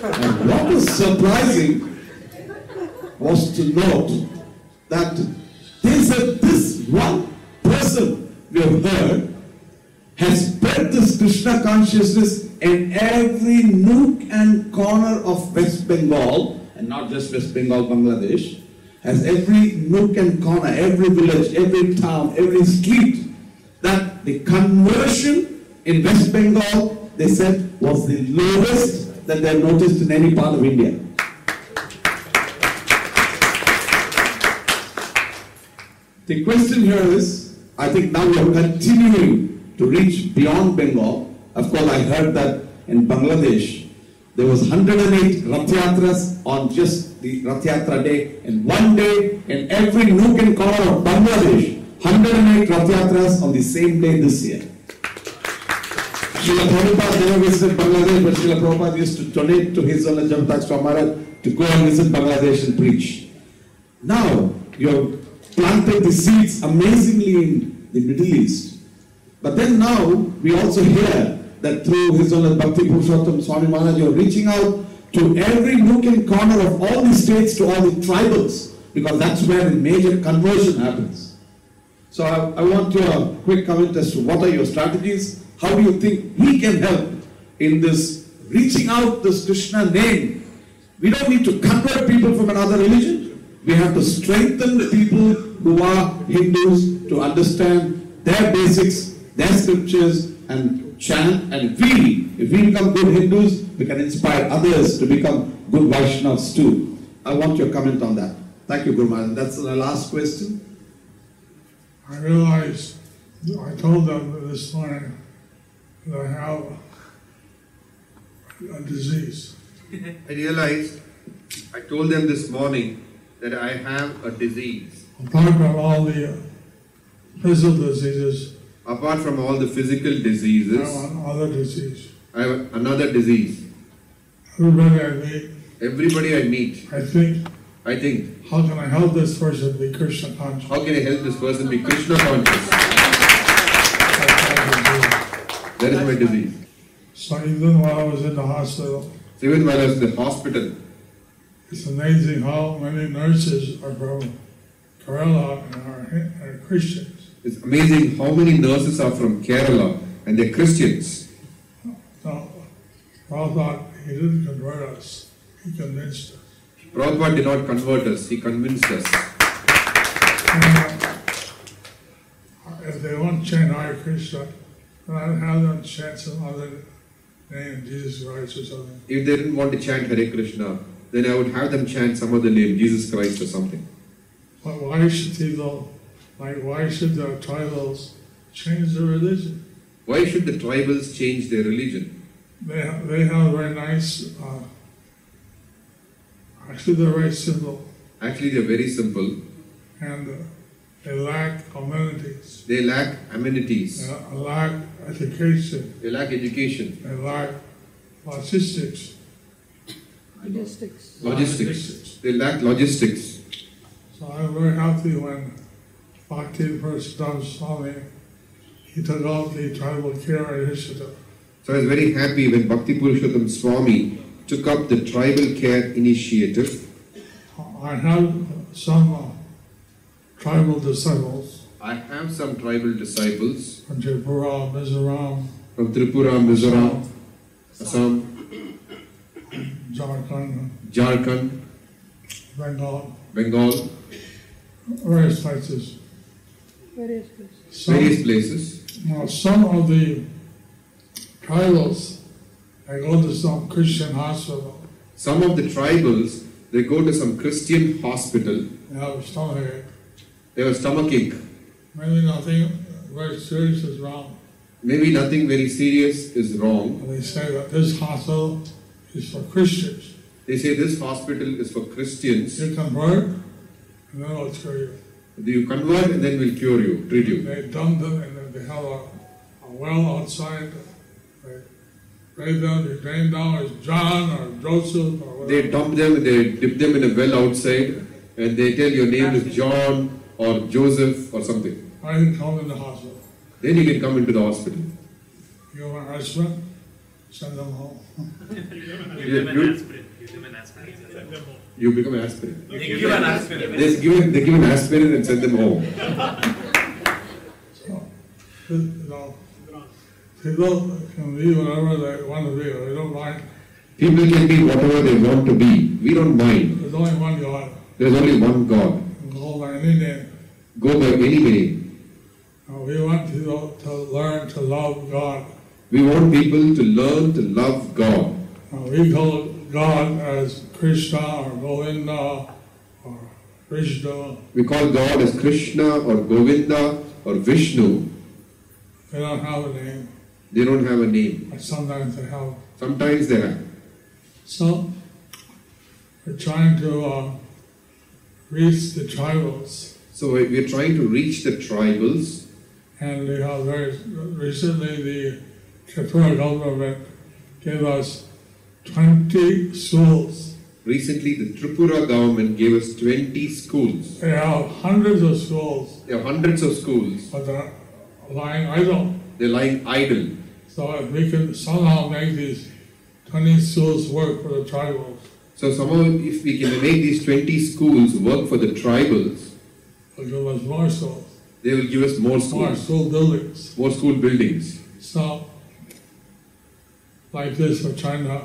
S3: and what was surprising was to note that they said this one person we have heard has spread this Krishna consciousness in every nook and corner of West Bengal, and not just West Bengal, Bangladesh, has every nook and corner, every village, every town, every street, that the conversion in West Bengal, they said, was the lowest that they have noticed in any part of India. The question here is, I think now we are continuing to reach beyond Bengal. Of course, I heard that in Bangladesh, there was 108 Rath Yatras on just the Rath Yatra day. In one day, in every nook and corner of Bangladesh, 108 Rath Yatras on the same day this year. Srila Prabhupada never visited Bangladesh, but Srila Prabhupada used to donate to his own Jamtak Swami Maharaj to go and visit Bangladesh and preach. Now, you have planted the seeds amazingly in the Middle East. But then now, we also hear that through his own Bhakti Purushottam Swami Maharaj, you are reaching out to every nook and corner of all the states, to all the tribals, because that's where the major conversion happens. So I, I want your quick comment as to what are your strategies? How do you think we can help in this reaching out this Krishna name? We don't need to convert people from another religion. We have to strengthen people who are Hindus to understand their basics, their scriptures, and chant. And if we, if we become good Hindus, we can inspire others to become good Vaishnavas too. I want your comment on that. Thank you, Guru Maharaj. That's the last question.
S2: I realized, I told them this morning that I have a disease.
S4: I realized, I told them this morning that I have a disease.
S2: Apart from all the uh, physical diseases,
S4: Apart from all the physical
S2: I
S4: diseases,
S2: have another disease.
S4: I have another disease.
S2: Everybody I meet,
S4: Everybody I meet,
S2: I think,
S4: I think,
S2: how can I help this person be Krishna conscious?
S4: how can I help this person be Krishna conscious? That is my disease.
S2: So even while I was in the hospital,
S4: So even while I was in the hospital,
S2: it's amazing how many nurses are from Kerala are, are Christians.
S4: It's amazing how many nurses are from Kerala and they're Christians.
S2: So Prabhupada, he didn't convert us, he convinced us.
S4: Prabhupada did not convert us, he convinced us.
S2: Uh, If they want to chant Hare Krishna, then I'll have them chant some other name, Jesus Christ or something.
S4: If they didn't want to chant Hare Krishna, then I would have them chant some other name, Jesus Christ or something.
S2: But why should people, like, why should the tribals change their religion?
S4: Why should the tribals change their religion?
S2: They, ha- they have very nice, uh, actually, they're very simple
S4: Actually, they're very simple.
S2: and uh, they lack amenities,
S4: They lack amenities,
S2: they lack education,
S4: they lack education,
S2: they lack logistics.
S12: Logistics.
S4: logistics, they lack logistics.
S2: So I'm very happy when Bhakti first done Swami, he took out the tribal care initiative.
S4: So I was very happy when Bhakti Purushottam Swami took up the tribal care initiative.
S2: I have some uh, tribal disciples
S4: I have some tribal disciples
S2: from Tripura, Mizoram,
S4: from Tripura, Mizoram, Assam,
S2: Jharkhand,
S4: Jharkhand,
S2: Bengal,
S4: Bengal,
S2: various places.
S12: Various places.
S4: various
S2: Some,
S4: places.
S2: now some of the tribals, they go to some Christian hospital,
S4: Some of the tribals, they go to some Christian hospital,
S2: they have a stomachache.
S4: they have a stomachache.
S2: Maybe nothing very serious is wrong.
S4: Maybe nothing very serious is wrong.
S2: And they say that this hospital is for Christians.
S4: They say this hospital is for Christians.
S2: You convert, and then I'll cure you.
S4: You convert and then we'll cure you, treat you.
S2: They dump them and then they have a, a well outside. They raise them, they drain down as John or Joseph or whatever.
S4: They dump them, they dip them in a well outside, and they tell your name is John or Joseph or something.
S2: I didn't come in the hospital.
S4: Then you can come into the hospital.
S2: You want husband? Send them home.
S4: You, you, you become an aspirin. They give, an- they give an aspirin and send them home.
S2: You know, people can be whatever they want to be. They don't mind.
S4: People can be whatever they want to be. We don't mind.
S2: There's only one God.
S4: There's only one God.
S2: You can Go by any name.
S4: Go by any name.
S2: Uh, we want people to learn to love God.
S4: We want people to learn to love God.
S2: Uh, we call God as Krishna or Govinda or Krishna.
S4: We call God as Krishna or Govinda or Vishnu.
S2: They don't have a name,
S4: They don't have a name.
S2: but sometimes they have.
S4: Sometimes they have.
S2: So we're trying to uh, reach the tribals,
S4: So we- we're trying to reach the tribals.
S2: and we have very recently the Tripura government gave us 20 schools.
S4: Recently, the Tripura government gave us 20 schools.
S2: They have hundreds of schools,
S4: There are hundreds of schools.
S2: but they're lying idle.
S4: They're lying idle.
S2: So if we can somehow make these 20 schools work for the tribals,
S4: So somehow, if we can make these 20 schools work for the tribals,
S2: it'll give us more schools,
S4: they will give us more
S2: more
S4: schools,
S2: school buildings.
S4: more school buildings.
S2: So, like this, we're trying to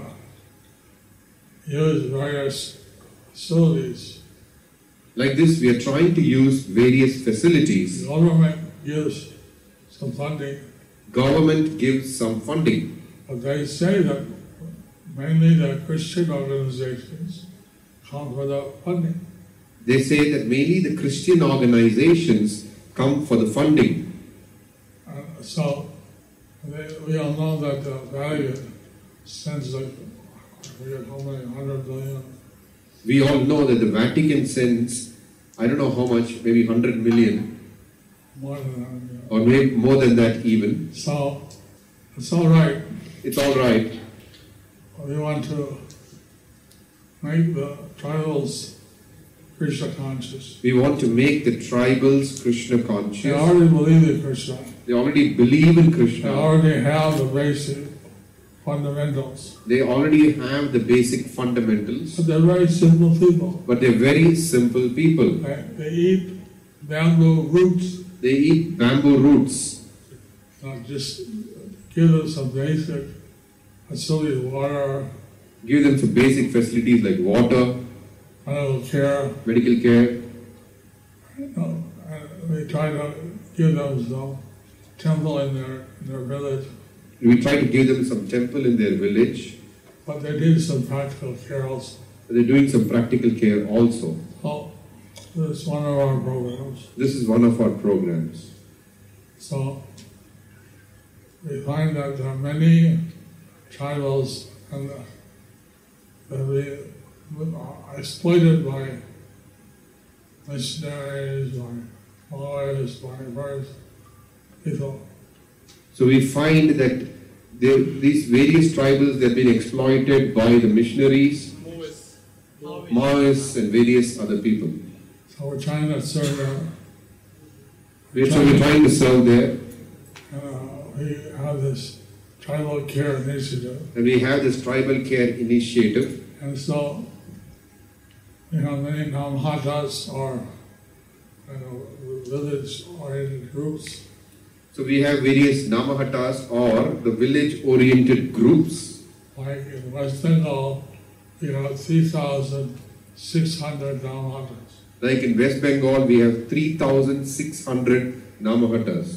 S2: use various facilities.
S4: Like this, we are trying to use various
S2: The
S4: facilities.
S2: government gives some funding,
S4: Government gives some funding,
S2: but they say that mainly the Christian organizations come for the funding.
S4: they say that mainly the Christian organizations come for the funding.
S2: Uh, so they, we all know that the value sends like I forget how many hundred billion.
S4: We all know that the Vatican sends, I don't know how much, maybe 100 million
S2: more than hundred billion.
S4: or maybe more than that even.
S2: So it's all right.
S4: It's all right.
S2: We want to make the trials Krishna conscious.
S4: We want to make the tribals Krishna
S2: They
S4: conscious.
S2: already believe in Krishna.
S4: They already believe in
S2: They
S4: Krishna.
S2: already have the basic fundamentals.
S4: They already have the basic fundamentals,
S2: But they're very simple people.
S4: but they're very simple people.
S2: They, they eat bamboo roots,
S4: They eat bamboo roots.
S2: not just give them some basic facilities, water,
S4: Give them some basic facilities like water,
S2: medical care.
S4: medical care.
S2: No, uh, we try to give them some temple in their, in their village,
S4: We try to give them some temple in their village.
S2: but they need some practical care also.
S4: They're doing some practical care also.
S2: So, this is one of our programs.
S4: This is one of our programs.
S2: So, we find that there are many tribals and uh, that we are exploited by missionaries, by lawyers, by various people.
S4: So we find that there, these various tribals they've been exploited by the missionaries, Maoists, and various other people.
S2: So we're trying to serve them.
S4: We're, so we're trying to serve there,
S2: Uh, we have this tribal care initiative,
S4: and we have this tribal care initiative.
S2: and so you know many non-Hatas or you know, village-oriented groups.
S4: So we have various Namahatas or the village-oriented groups.
S2: Like in West Bengal, we have 3,600 non-Hatas.
S4: Like in West Bengal, we have 3,600 Namahatas.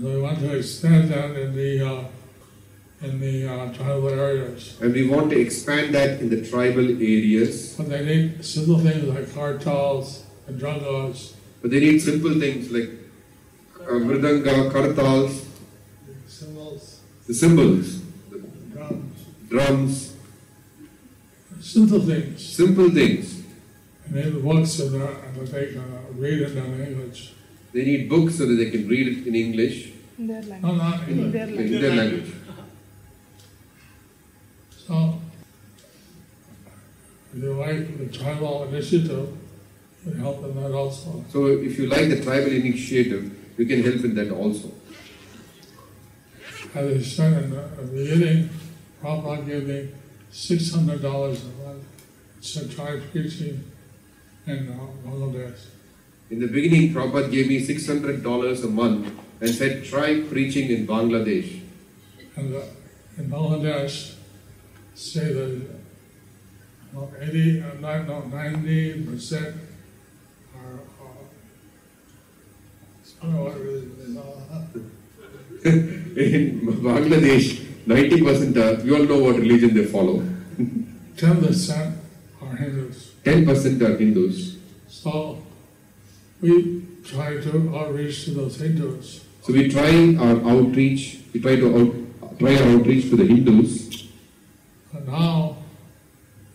S2: And we want to extend that in the uh, in the uh, tribal areas,
S4: And we want to expand that in the tribal areas.
S2: but they need simple things like cartels and drug lords.
S4: But they need simple things like uh, mridanga, kartals,
S2: Symbols.
S4: the cymbals,
S2: Drums.
S4: drums,
S2: Simple things.
S4: simple things.
S2: And they have books and that, and that they can uh, read it in English.
S4: They need books so that they can read it in English,
S12: In their
S2: No,
S12: language.
S2: not
S12: In
S2: English.
S12: their
S4: in
S12: language.
S4: their language.
S2: So, if you like the tribal initiative, we help in that also.
S4: So if you like the tribal initiative, you can help in that also.
S2: As I said in the in the beginning, Prabhupada gave me six hundred dollars a month to try preaching in uh, Bangladesh.
S4: In the beginning, Prabhupada gave me $600 a month and said, try preaching in Bangladesh.
S2: And uh, in Bangladesh, say that about 80, uh, nine- no, 90% are, uh, I don't know what it is, uh,
S4: in Bangladesh, 90% are, you all know what religion they follow.
S2: 10% are Hindus.
S4: 10% are Hindus.
S2: So we try to outreach to those Hindus.
S4: So we try our outreach, we try to out, try our outreach to the Hindus.
S2: And now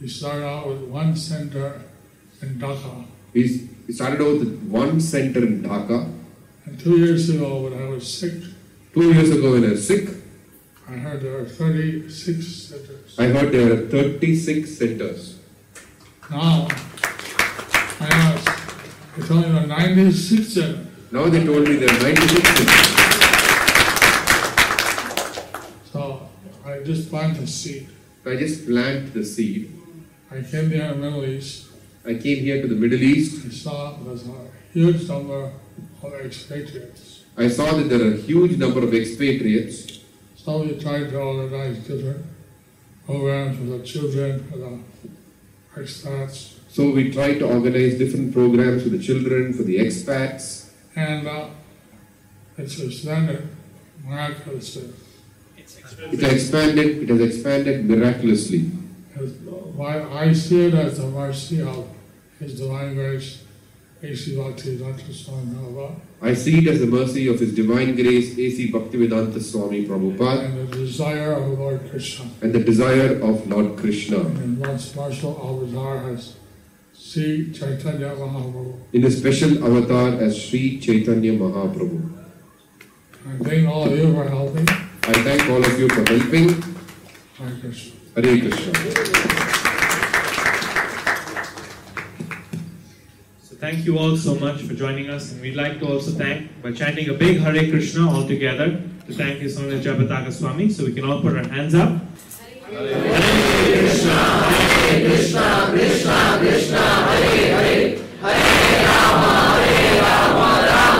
S2: we start out with one center in Dhaka.
S4: We, s- we started out with one center in Dhaka.
S2: And two years ago, when I was sick,
S4: Two years ago when I was sick,
S2: I heard there are 36 centers.
S4: I heard there are 36 centers.
S2: Now, I asked, it's only the 96 center.
S4: Now they told me there are 96 centers.
S2: So I just planted a seed.
S4: So I just planted the seed.
S2: I came here in the Middle East.
S4: I came here to the Middle East.
S2: I saw there's a huge number of expatriates.
S4: I saw that there are a huge number of expatriates.
S2: So we tried to organize different programs for the children, for the expats.
S4: So we tried to organize different programs for the children, for the expats.
S2: And uh, it's expanded miraculously.
S4: It has expanded, it has expanded miraculously.
S2: As- Why uh, I see it as the mercy of His Divine Grace, A.C. Bhakti, Dr. Swami Prabhupada,
S4: I see it as the mercy of His Divine Grace, A.C. Bhaktivedanta Swami Prabhupada,
S2: and the desire of Lord Krishna.
S4: and the desire of Lord Krishna.
S2: And Lance Marshall Alvazar has C. Chaitanya Mahaprabhu.
S4: In a special avatar as Sri Chaitanya Mahaprabhu.
S2: I thank all of you for helping.
S4: I thank all of you for helping.
S2: Hare Krishna.
S4: Hare Krishna.
S3: So thank you all so much for joining us, and we'd like to also thank by chanting a big Hare Krishna all together to thank His Holiness Jabhataka Swami. So we can all put our hands up.
S13: Krishna, Krishna, Krishna, Hare Hare, Hare Rama, Hare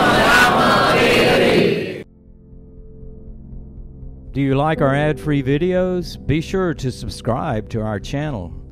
S1: Do you like our ad free videos? Be sure to subscribe to our channel.